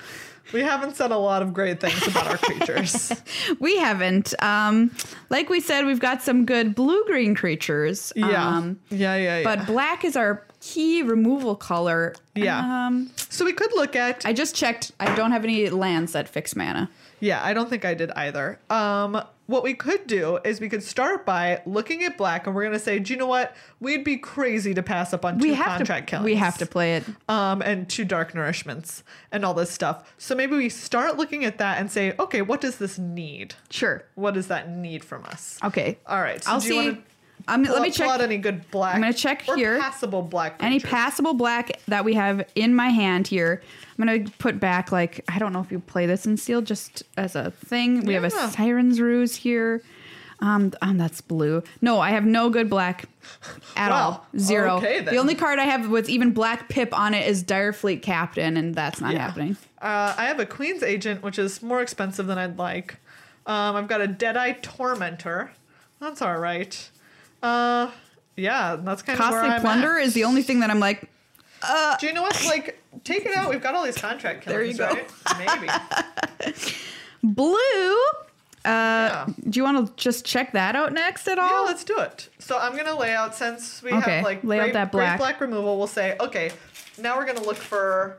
B: we haven't said a lot of great things about our creatures.
A: we haven't. Um, like we said, we've got some good blue green creatures.
B: Yeah.
A: Um,
B: yeah, yeah, yeah.
A: But black is our key removal color.
B: Yeah.
A: Um,
B: so we could look at
A: I just checked. I don't have any lands that fix mana.
B: Yeah, I don't think I did either. Um, what we could do is we could start by looking at black, and we're gonna say, do you know what? We'd be crazy to pass up on
A: We
B: two
A: have to.
B: contract killings.
A: We have to play it.
B: Um, and two dark nourishments and all this stuff. So maybe we start looking at that and say, okay, what does this need?
A: Sure.
B: What does that need from us?
A: Okay.
B: All right. So
A: I'll
B: do
A: see.
B: You wanna,
A: Um,
B: Pull
A: let me
B: up- pull
A: check.
B: out any good black.
A: I'm gonna check
B: or
A: here.
B: Passable black.
A: any
B: features.
A: passable black that we have in my hand here. I'm gonna put back like I don't know if you play this in steel, just as a thing. We have
B: Yeah.
A: a siren's ruse here. Um, um, that's blue. No, I have no good black at
B: Wow.
A: all. Zero.
B: Okay, then.
A: The only card I have with even black pip on it is Direfleet Captain, and that's not
B: Yeah.
A: happening.
B: Uh, I have a Queen's Agent, which is more expensive than I'd like. Um, I've got a Deadeye Tormentor. That's all right. Uh, yeah, that's kind of where
A: Costly
B: I'm
A: Plunder
B: at. Uh,
A: is the only thing that I'm like,
B: Do you know what's like? Take it out. We've got all these contract
A: There you
B: killings, right? Maybe.
A: blue. Uh,
B: Yeah.
A: Do you want to just check that out next at
B: Yeah,
A: all?
B: let's do it. So I'm gonna lay out since we
A: Okay,
B: have like
A: lay out
B: great,
A: that
B: great
A: black.
B: black removal. We'll say okay. Now we're gonna look for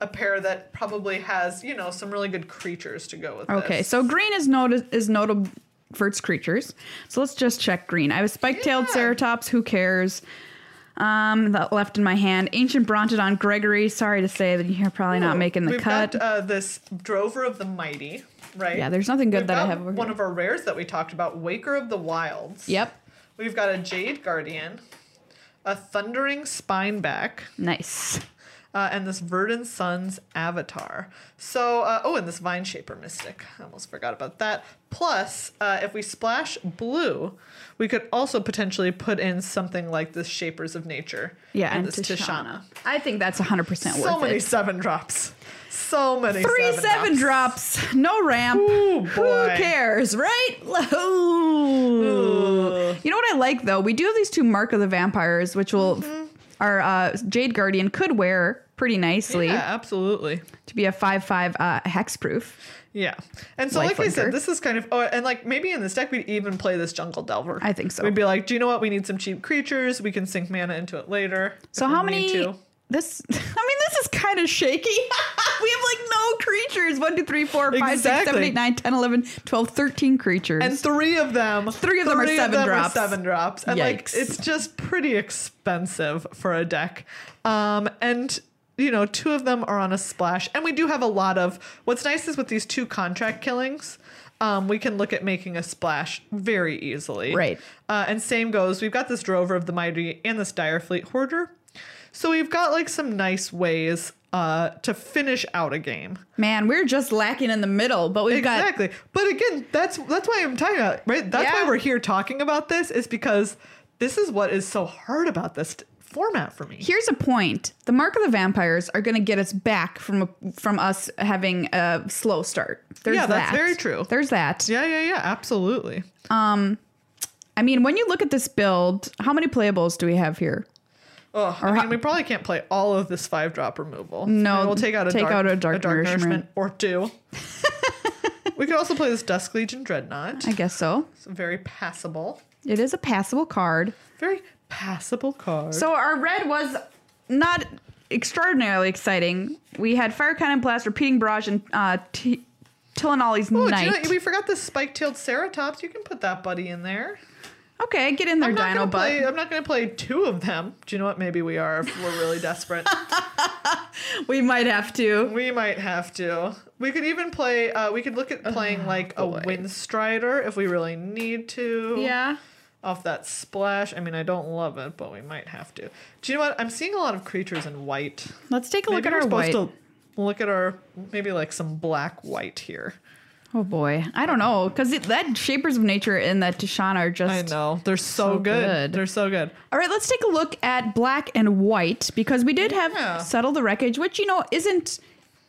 B: a pair that probably has you know some really good creatures to go with.
A: Okay,
B: this.
A: so green is noted is notable for its creatures. So let's just check green. I have a spike-tailed
B: Yeah.
A: ceratops. Who cares? Um, that left in my hand. Ancient Brontodon Gregory. Sorry to say that you're probably not
B: Ooh,
A: making the
B: we've
A: cut.
B: Got, uh, this Drover of the Mighty, right?
A: Yeah, there's nothing good
B: We've
A: that I
B: got
A: have over
B: One
A: here.
B: of our rares that we talked about, Waker of the Wilds.
A: yep.
B: We've got a Jade Guardian, a Thundering Spineback,
A: Nice.
B: uh, and this Verdant Sun's Avatar. So, uh, oh, and this Vine Shaper Mystic. I almost forgot about that. Plus, uh, if we splash blue, we could also potentially put in something like this Shapers of Nature.
A: Yeah,
B: and,
A: and,
B: this
A: Tishana.
B: Tishana.
A: I think that's 100 percent worth
B: So many
A: it.
B: seven drops. So many
A: Three seven,
B: seven drops.
A: drops. No ramp.
B: Ooh,
A: Who
B: boy.
A: cares, right? Ooh.
B: Ugh.
A: You know what I like though? We do have these two Mark of the Vampires, which will
B: Mm-hmm.
A: our uh, Jade Guardian could wear pretty nicely
B: Yeah, absolutely.
A: to be a five five uh, hex proof.
B: Yeah. And so, like
A: Life
B: I said,
A: Linker.
B: this is kind of, oh, and like maybe in this deck, we'd even play this Jungle Delver.
A: I think so.
B: We'd be like, do you know what? We need some cheap creatures. We can sink mana into it later.
A: So
B: if we
A: how
B: need
A: many?
B: to."
A: This I mean, this is kind of shaky. we have like no creatures. One, two, three, four, five, six, seven,
B: Exactly.
A: eight, nine, ten, eleven, twelve, thirteen creatures.
B: And three of them.
A: Three of them are seven drops.
B: seven drops. And like,
A: Yikes.
B: it's just pretty expensive for a deck. Um, and. You know, two of them are on a splash, and we do have a lot of. What's nice is with these two contract killings, um, we can look at making a splash very easily.
A: Right.
B: Uh, and same goes. We've got this Drover of the Mighty and this Dire Fleet Hoarder. So we've got like some nice ways uh, to finish out a game.
A: Man, we're just lacking in the middle, but we've got
B: Exactly. But again, that's that's why I'm talking about right. That's
A: Yeah.
B: why we're here talking about this is because this is what is so hard about this t- format for me.
A: here's a point the mark of the vampires are going to get us back from from us having a slow start there's
B: Yeah, that's
A: that.
B: very true.
A: there's that
B: Yeah, yeah, yeah. Absolutely.
A: i mean when you look at this build how many playables do we have here
B: Oh, I
A: ho-
B: mean, we probably can't play all of this five drop removal.
A: No,
B: Maybe we'll take out a
A: take
B: dark,
A: out a dark nourishment.
B: or two. we could also play this Dusk Legion Dreadnought.
A: i guess so
B: It's very passable.
A: it is a passable card
B: Very passable card.
A: so our red was not extraordinarily exciting we had fire cannon blast repeating barrage and uh t- Tillinolly's
B: Ooh, Oh, do you know-
A: Knight.
B: we forgot the spike-tailed ceratops. You can put that buddy in there.
A: okay, get in there,
B: I'm not,
A: Dino
B: gonna
A: Butt.
B: play, I'm not gonna play two of them. Do you know what? Maybe we are if we're really desperate.
A: We might have to.
B: we might have to. We could even play. Uh, we could look at playing like a
A: Oh, boy.
B: Windstrider if we really need to.
A: Yeah.
B: Off that splash. I mean, I don't love it, but we might have to. Do you know what? I'm seeing a lot of creatures in white.
A: Let's take a
B: Maybe
A: look at
B: we're
A: our white.
B: supposed to look at our maybe like some black white here.
A: Oh boy, I don't know because that Shapers of Nature and that Tishana are just.
B: I know they're so,
A: So
B: good.
A: good.
B: They're so good.
A: All right, let's take a look at black and white because we did have
B: Yeah.
A: settle the wreckage, which you know isn't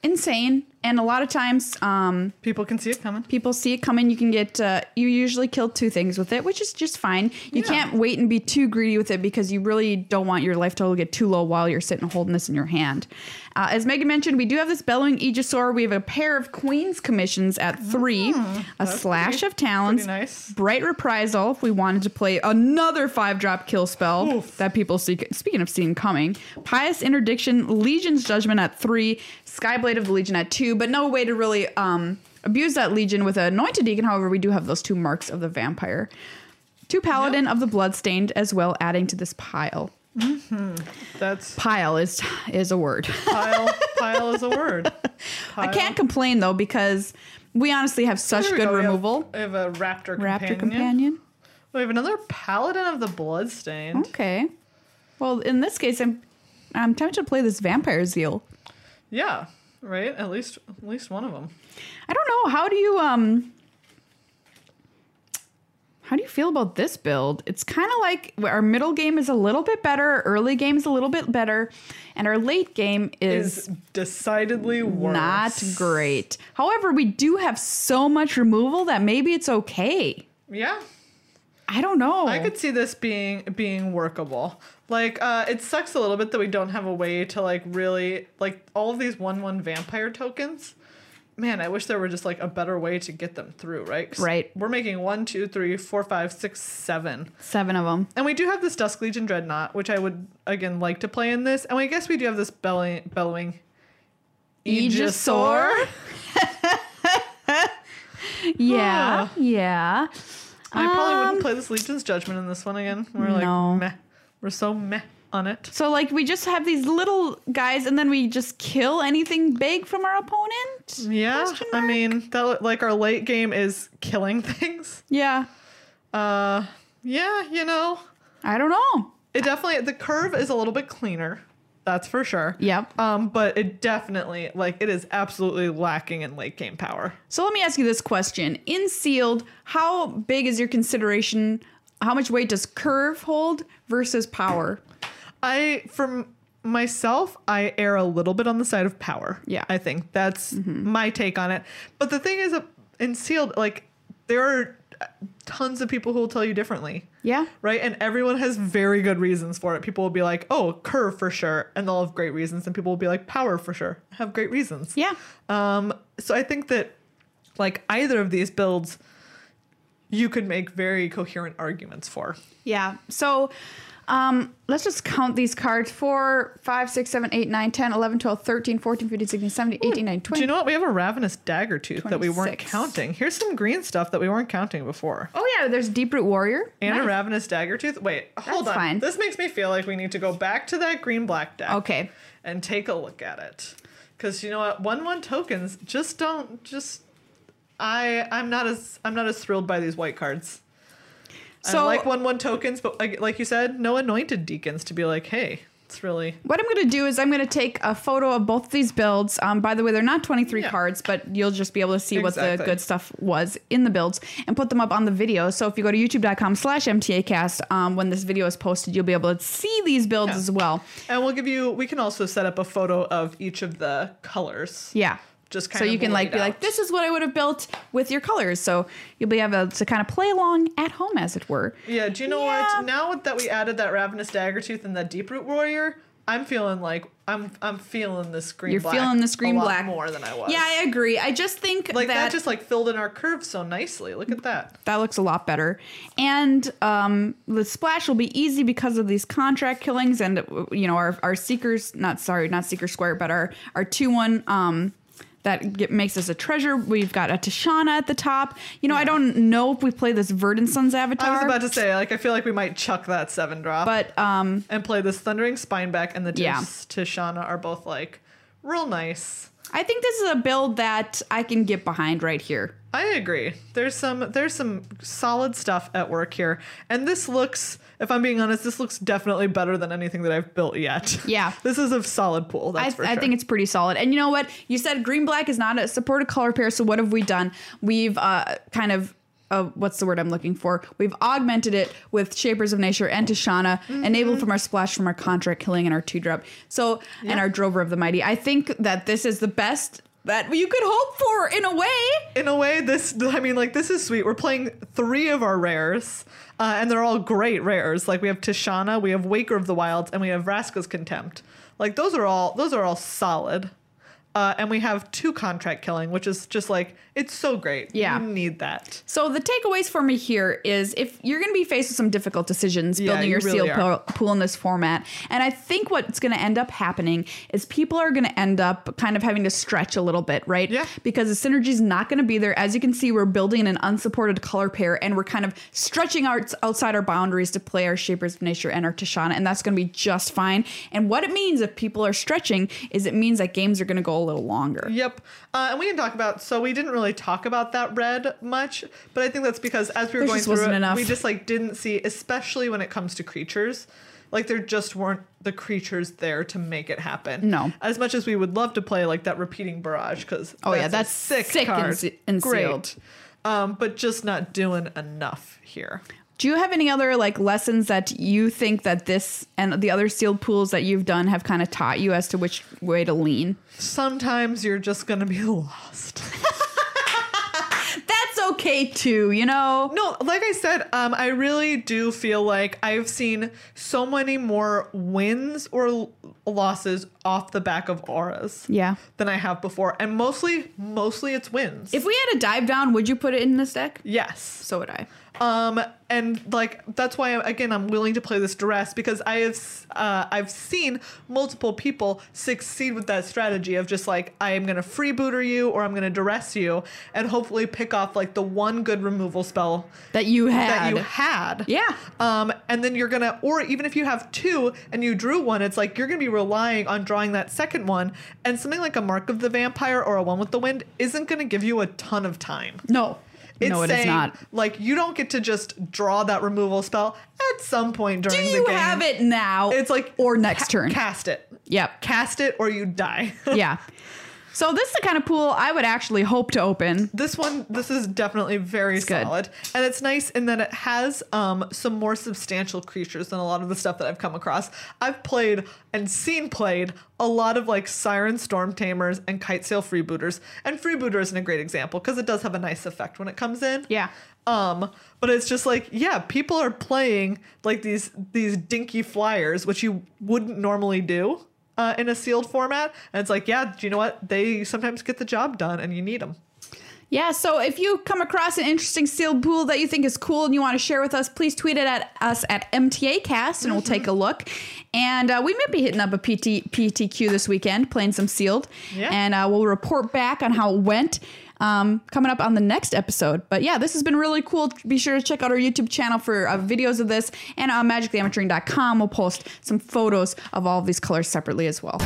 A: insane, and a lot of times um,
B: People can see it coming.
A: people see it coming. You can get uh, you usually kill two things with it, which is just fine. You
B: Yeah.
A: can't wait and be too greedy with it because you really don't want your life total to get too low while you're sitting holding this in your hand. Uh, as Megan mentioned, we do have this bellowing Aegisaur. We have a pair of Queen's commissions at 3 a slash
B: Oh, pretty-
A: of talons,
B: pretty nice.
A: bright reprisal. If we wanted to play another five drop kill spell
B: Oof.
A: that people see, speaking of seeing coming, pious interdiction, legion's judgment at three, skyblade of the legion at two, but no way to really um, abuse that legion with anointed deacon. However, we do have those two marks of the vampire, two paladin of the bloodstained as well, adding to this pile.
B: That's
A: Pile is is a word.
B: pile. pile is a word.
A: I
B: Pile.
A: can't complain though because we honestly have such
B: There we
A: good
B: go, we have-
A: removal.
B: We have, a raptor companion.
A: Raptor companion.
B: We have another Paladin of the Bloodstained.
A: Okay. Well, in this case, I'm I'm tempted to play this vampire zeal. Hmm?
B: Yeah, right. At least at least one of them.
A: I don't know. How do you um? How do you feel about this build? It's kind of like our middle game is a little bit better, early game is a little bit better, and our late game is
B: Is decidedly worse.
A: Not great. However, we do have so much removal that maybe it's okay.
B: Yeah,
A: I don't know.
B: I could see this being being workable. Like, uh, it sucks a little bit that we don't have a way to like really like all of these one one vampire tokens. Man, I wish there were just like a better way to get them through, right? 'Cause
A: Right.
B: We're making one, two, three, four, five, six, seven.
A: Seven of them.
B: And we do have this Dusk Legion Dreadnought, which I would again like to play in this. And I guess we do have this belly- bellowing
A: Aegisaur? Yeah. Yeah.
B: I probably
A: Um,
B: wouldn't play this Legion's Judgment in this one again. We're like
A: No.
B: meh. We're so meh on it.
A: So, like, we just have these little guys and then we just kill anything big from our opponent?
B: Yeah,
A: Question
B: I
A: mark?
B: mean that lo- like our late game is killing things.
A: Yeah.
B: Uh, yeah, you know,
A: I don't know.
B: it definitely the curve is a little bit cleaner. That's for sure.
A: Yep.
B: Um, but it definitely like it is absolutely lacking in late game power.
A: So, let me ask you this question In sealed, how big is your consideration? How much weight does curve hold versus power?
B: I for myself, I err a little bit on the side of power.
A: Yeah. Mm-hmm.
B: I think that's my take on it. But the thing is, uh, in sealed, like there are uh, tons of people who will tell you differently.
A: Yeah.
B: right? And everyone has very good reasons for it. People will be like, "Oh, curve for sure," and they'll have great reasons. And people will be like, "Power for sure," have great reasons.
A: Yeah.
B: Um. So I think that, like either of these builds, you could make very coherent arguments for.
A: Yeah. So um, let's just count these cards 4, 5, 6, 7, 8, 9, 10, 11, 12, 13, 14, 15, 16, 17, 18, 19,
B: Do
A: 20.
B: you know what? We have a ravenous dagger tooth that we weren't
A: 26.
B: counting. Here's some green stuff that we weren't counting before.
A: oh, yeah. There's Deep Root Warrior.
B: And a
A: Nice.
B: ravenous dagger tooth. Wait, hold
A: That's
B: on.
A: fine.
B: This makes me feel like we need to go back to that green black deck.
A: Okay.
B: and take a look at it because you know what one one tokens just don't just i i'm not as i'm not as thrilled by these white cards i
A: So-
B: like one one tokens but like like you said no anointed deacons to be like hey it's really
A: What I'm going to do is I'm going to take a photo of both these builds. Um, by the way, they're not 23
B: Yeah.
A: cards, but you'll just be able to see what the
B: Exactly.
A: good stuff was in the builds and put them up on the video. So if you go to youtube.com slash mtacast, um, when this video is posted, you'll be able to see these builds
B: Yeah.
A: as well.
B: and we'll give you we can also set up a photo of each of the colors
A: Yeah.
B: just kind
A: so
B: of
A: you can like
B: laid
A: be like
B: out.
A: this is what i would have built with your colors so you'll be able to kind of play along at home as it were
B: yeah do you know
A: Yeah.
B: what now that we added that ravenous dagger tooth and that deep root warrior i'm feeling like i'm i'm feeling the green
A: You're
B: black
A: feeling this
B: a
A: green
B: lot
A: black.
B: more than i was
A: yeah i agree i just think
B: like that,
A: that,
B: just like filled in our curve so nicely. Look at that.
A: that looks a lot better and um, the splash will be easy because of these contract killings and uh, you know our, our seekers not sorry not seeker square but our our 2-1 um, that get, makes us a treasure we've got a tashana at the top you know i don't know if we play this verdant sun's avatar
B: I was about to say, like, I feel like we might chuck that seven drop
A: but um,
B: and play this thundering spineback and the Tish-
A: Yeah.
B: Tishana are both like real nice.
A: I think this is a build that I can get behind right here.
B: I agree. There's some there's some solid stuff at work here, and this looks, if I'm being honest, this looks definitely better than anything that I've built yet.
A: Yeah.
B: this is a solid pool. That's
A: I,
B: for
A: I
B: sure.
A: think it's pretty solid. And you know what? You said green black is not a supported color pair. So what have we done? We've uh, kind of. Uh, what's the word I'm looking for? We've augmented it with Shapers of Nature and Tashana,
B: Mm-hmm.
A: enabled from our splash, from our contract killing, and our two drop. So, and our Drover of the Mighty. I think that this is the best that you could hope for in a way.
B: in a way, this I mean, like this is sweet. We're playing three of our rares, uh, and they're all great rares. Like we have Tishana, we have Waker of the Wilds, and we have Raska's Contempt. Like those are all those are all solid. Uh, and we have two contract killing, which is just like it's so great.
A: Yeah.
B: you need that.
A: So the takeaways for me here is if you're going to be faced with some difficult decisions
B: Yeah,
A: building
B: you
A: your
B: really
A: seal
B: are.
A: po- pool in this format, and I think what's going to end up happening is people are going to end up kind of having to stretch a little bit, right?
B: Yeah.
A: Because the synergy's not going to be there. As you can see, we're building an unsupported color pair, and we're kind of stretching out outside our boundaries to play our Shapers of Nature and our Tashana, and that's going to be just fine. And what it means if people are stretching is it means that games are going to go a little longer.
B: Yep. Uh, and we can talk about. So we didn't really talk about that red much, but I think that's because as we were
A: There
B: going
A: just
B: through
A: wasn't
B: it,
A: enough.
B: we just like didn't see, especially when it comes to creatures. Like there just weren't the creatures there to make it happen.
A: No.
B: As much as we would love to play like that repeating barrage, because
A: Oh, yeah, that's
B: sick,
A: sick and
B: card.
A: se- and
B: Great.
A: sealed.
B: Um, but just not doing enough here.
A: Do you have any other like lessons that you think that this and the other sealed pools that you've done have kind of taught you as to which way to lean?
B: Sometimes you're just gonna be lost.
A: That's okay too, you know.
B: No, like I said, um, I really do feel like I've seen so many more wins or l- losses off the back of auras
A: Yeah.
B: than I have before, and mostly, mostly it's wins.
A: If we had a dive down, would you put it in this deck?
B: yes,
A: So would I.
B: um, and like that's why again I'm willing to play this duress because I have s- uh, I've seen multiple people succeed with that strategy of just like I am gonna freebooter you or I'm gonna duress you and hopefully pick off like the one good removal spell
A: That you
B: that
A: had.
B: you had.
A: yeah.
B: Um, and then you're gonna, or even if you have two and you drew one, it's like you're gonna be relying on drawing that second one. And something like a Mark of the Vampire or a One with the Wind isn't gonna give you a ton of time.
A: No.
B: It's
A: no, it is
B: saying,
A: not.
B: Like you don't get to just draw that removal spell at some point
A: Do
B: during the
A: you
B: game.
A: have it now?
B: It's like
A: or next
B: ca-
A: turn.
B: Cast it.
A: yep.
B: Cast it or you die.
A: yeah. So this is the kind of pool I would actually hope to open.
B: this one this is definitely very
A: good.
B: solid and it's nice in that it has um, some more substantial creatures than a lot of the stuff that i've come across i've played and seen played a lot of like siren storm tamers and kite sail freebooters and freebooter isn't a great example because it does have a nice effect when it comes in
A: Yeah.
B: um but it's just like yeah people are playing like these these dinky flyers which you wouldn't normally do uh, in a sealed format and it's like yeah do you know what they sometimes get the job done and you need them
A: Yeah, so if you come across an interesting sealed pool that you think is cool and you want to share with us, please tweet it at us at MTAcast and we'll take a look. And uh, we might be hitting up a PT, PTQ this weekend, playing some sealed.
B: Yeah.
A: And uh, we'll report back on how it went um, coming up on the next episode. But yeah, this has been really cool. Be sure to check out our YouTube channel for uh, videos of this. And uh, on magictheamateuring.com, we'll post some photos of all of these colors separately as well.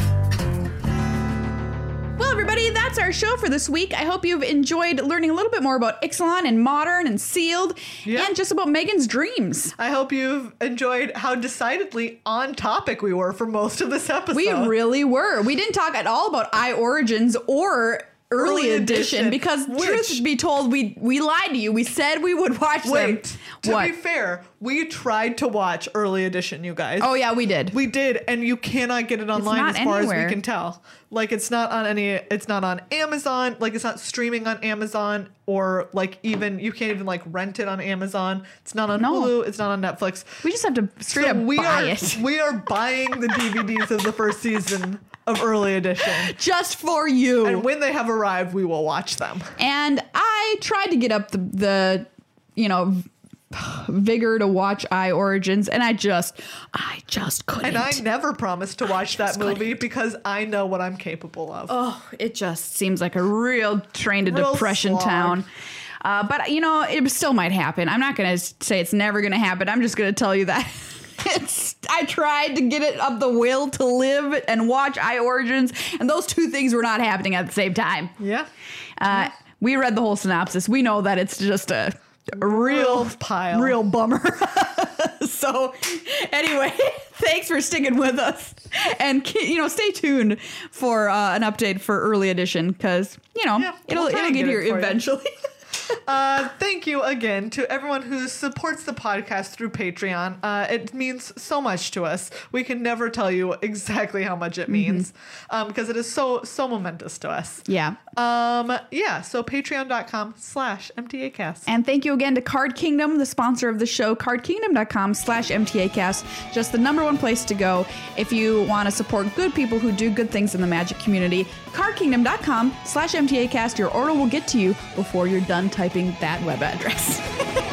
A: Well, everybody, that's our show for this week. I hope you've enjoyed learning a little bit more about Ixalan and modern and sealed
B: Yeah.
A: and just about Megan's dreams.
B: I hope you've enjoyed how decidedly on topic we were for most of this episode.
A: We really were. We didn't talk at all about I Origins or Early,
B: Early
A: edition,
B: Edition,
A: because
B: which-
A: truth be told, we we lied to you. We said we would watch
B: wait.
A: them.
B: To
A: what?
B: be fair, we tried to watch early edition, you guys.
A: oh yeah, we did.
B: we did, and you cannot get it online
A: not
B: as far as
A: anywhere.
B: we can tell. Like it's not on any. It's not on Amazon. Like it's not streaming on Amazon or like even you can't even like rent it on Amazon. It's not on
A: No.
B: Hulu. It's not on Netflix.
A: we just have to straight
B: So
A: up
B: we
A: buy
B: are
A: it
B: we are buying the DVDs of the first season of early edition.
A: just for you.
B: And when they have arrived, we will watch them.
A: and I tried to get up the, the you know v- vigor to watch I Origins, and I just I just couldn't.
B: And I never promised to watch that
A: just couldn't.
B: movie because I know what I'm capable of.
A: oh, it just seems like a real train to
B: Real
A: depression
B: slog.
A: town. Uh, but you know, it still might happen. I'm not going to say it's never going to happen. I'm just going to tell you that it's. I tried to get it up the will to live and watch I Origins, and those two things were not happening at the same time.
B: yeah.
A: Uh, we read the whole synopsis. We know that it's just a, a real
B: Real pile.
A: real bummer. so, anyway, thanks for sticking with us, and ke- you know, stay tuned for uh, an update for early edition because you know
B: Yeah,
A: it'll
B: we'll try
A: it'll
B: and
A: get,
B: get it
A: here
B: for you.
A: eventually.
B: Uh, thank you again to everyone who supports the podcast through Patreon. Uh, it means so much to us. We can never tell you exactly how much it means um, because it is so, so momentous to us.
A: yeah,
B: Um, yeah. So patreon.com slash MTAcast.
A: and thank you again to Card Kingdom, the sponsor of the show, cardkingdom.com slash MTAcast, just the number one place to go if you want to support good people who do good things in the magic community. Cardkingdom.com slash MTAcast, your order will get to you before you're done typing that web address.